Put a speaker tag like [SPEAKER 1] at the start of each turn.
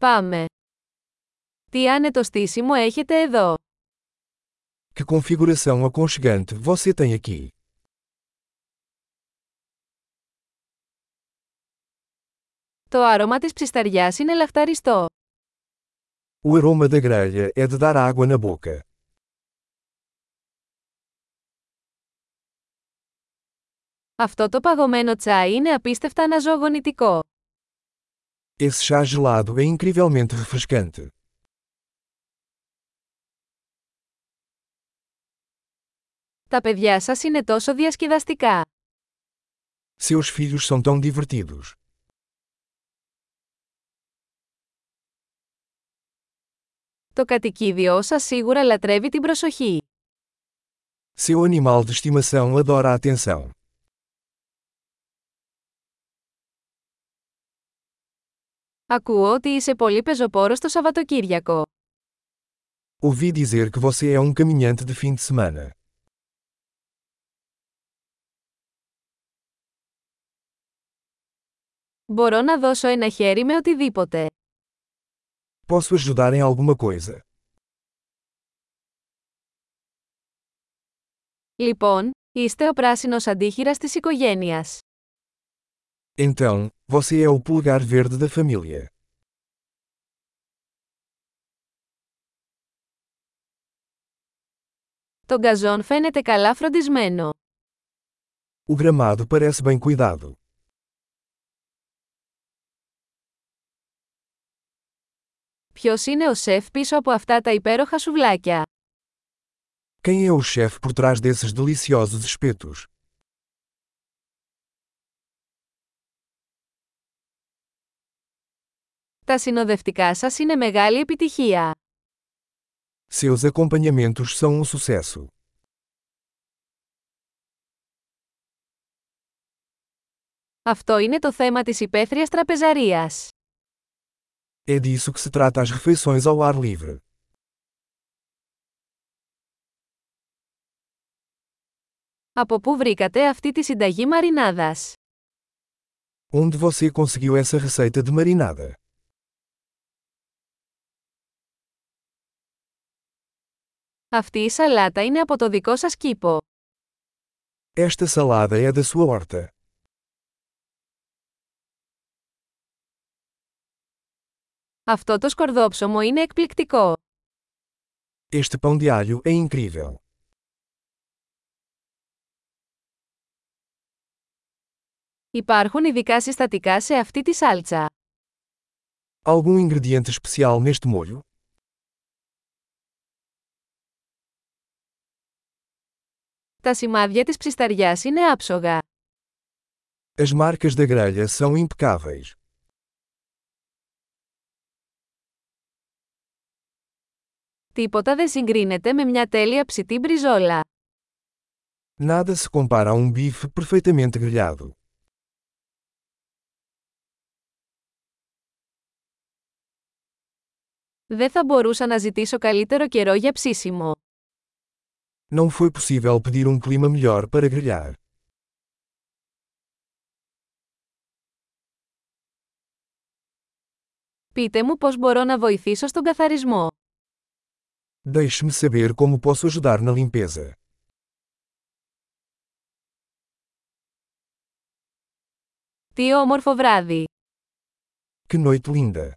[SPEAKER 1] Πάμε. Τι άνετο στήσιμο έχετε εδώ.
[SPEAKER 2] Que configuração aconchegante você tem aqui.
[SPEAKER 1] Το άρωμα της ψισταριάς είναι λαχταριστό.
[SPEAKER 2] O aroma da grelha é de dar água na boca.
[SPEAKER 1] Αυτό το παγωμένο τσάι είναι απίστευτα αναζωογονητικό.
[SPEAKER 2] Esse chá gelado é incrivelmente refrescante.
[SPEAKER 1] Τα παιδιά σας είναι τόσο διασκεδαστικά.
[SPEAKER 2] Seus filhos são tão divertidos.
[SPEAKER 1] Το κατοικίδιό σας σίγουρα λατρεύει την προσοχή.
[SPEAKER 2] Seu animal de estimação adora a atenção.
[SPEAKER 1] Ακούω ότι είσαι πολύ πεζοπόρος το Σαββατοκύριακο.
[SPEAKER 2] Ouvi dizer que você é um caminhante de fim de semana.
[SPEAKER 1] Μπορώ να δώσω ένα χέρι με οτιδήποτε.
[SPEAKER 2] Posso ajudar em alguma coisa?
[SPEAKER 1] Λοιπόν, είστε ο πράσινος αντίχειρας της οικογένειας.
[SPEAKER 2] Então, você é o pulgar verde da família.
[SPEAKER 1] Το γκαζόν φαίνεται καλά φροντισμένο.
[SPEAKER 2] O gramado parece bem cuidado.
[SPEAKER 1] Ποιος είναι ο σεφ πίσω από αυτά τα υπέροχα σουβλάκια.
[SPEAKER 2] Quem é o chefe por trás desses deliciosos espetos?
[SPEAKER 1] Τα συνοδευτικά σας είναι μεγάλη επιτυχία.
[SPEAKER 2] Seus acompanhamentos são um sucesso.
[SPEAKER 1] Αυτό είναι το θέμα της υπαίθριας τραπεζαρίας.
[SPEAKER 2] É disso que se trata as refeições ao ar livre.
[SPEAKER 1] Από πού βρήκατε αυτή τη συνταγή μαρινάδας.
[SPEAKER 2] Onde você conseguiu essa receita de marinada?
[SPEAKER 1] Αυτή η σαλάτα είναι από το δικό σας κήπο.
[SPEAKER 2] Esta salada é da sua horta.
[SPEAKER 1] Αυτό το σκορδόψωμο είναι εκπληκτικό.
[SPEAKER 2] Este pão de alho é incrível.
[SPEAKER 1] Υπάρχουν ειδικά συστατικά σε αυτή τη σάλτσα.
[SPEAKER 2] Algum ingrediente especial neste molho?
[SPEAKER 1] Τα σημάδια της ψισταριάς είναι άψογα.
[SPEAKER 2] As marcas da grelha são impecáveis.
[SPEAKER 1] Τίποτα δεν συγκρίνεται με μια τέλεια ψητή μπριζόλα.
[SPEAKER 2] Nada se compara a um bife perfeitamente grelhado.
[SPEAKER 1] Δεν θα μπορούσα να ζητήσω καλύτερο καιρό για ψήσιμο.
[SPEAKER 2] Não foi possível pedir um clima melhor para grelhar.
[SPEAKER 1] Πείτε μου πώς μπορώ να βοηθήσω στον καθαρισμό.
[SPEAKER 2] Deixe-me saber como posso ajudar na limpeza.
[SPEAKER 1] Τι όμορφο βράδυ!
[SPEAKER 2] Que noite linda!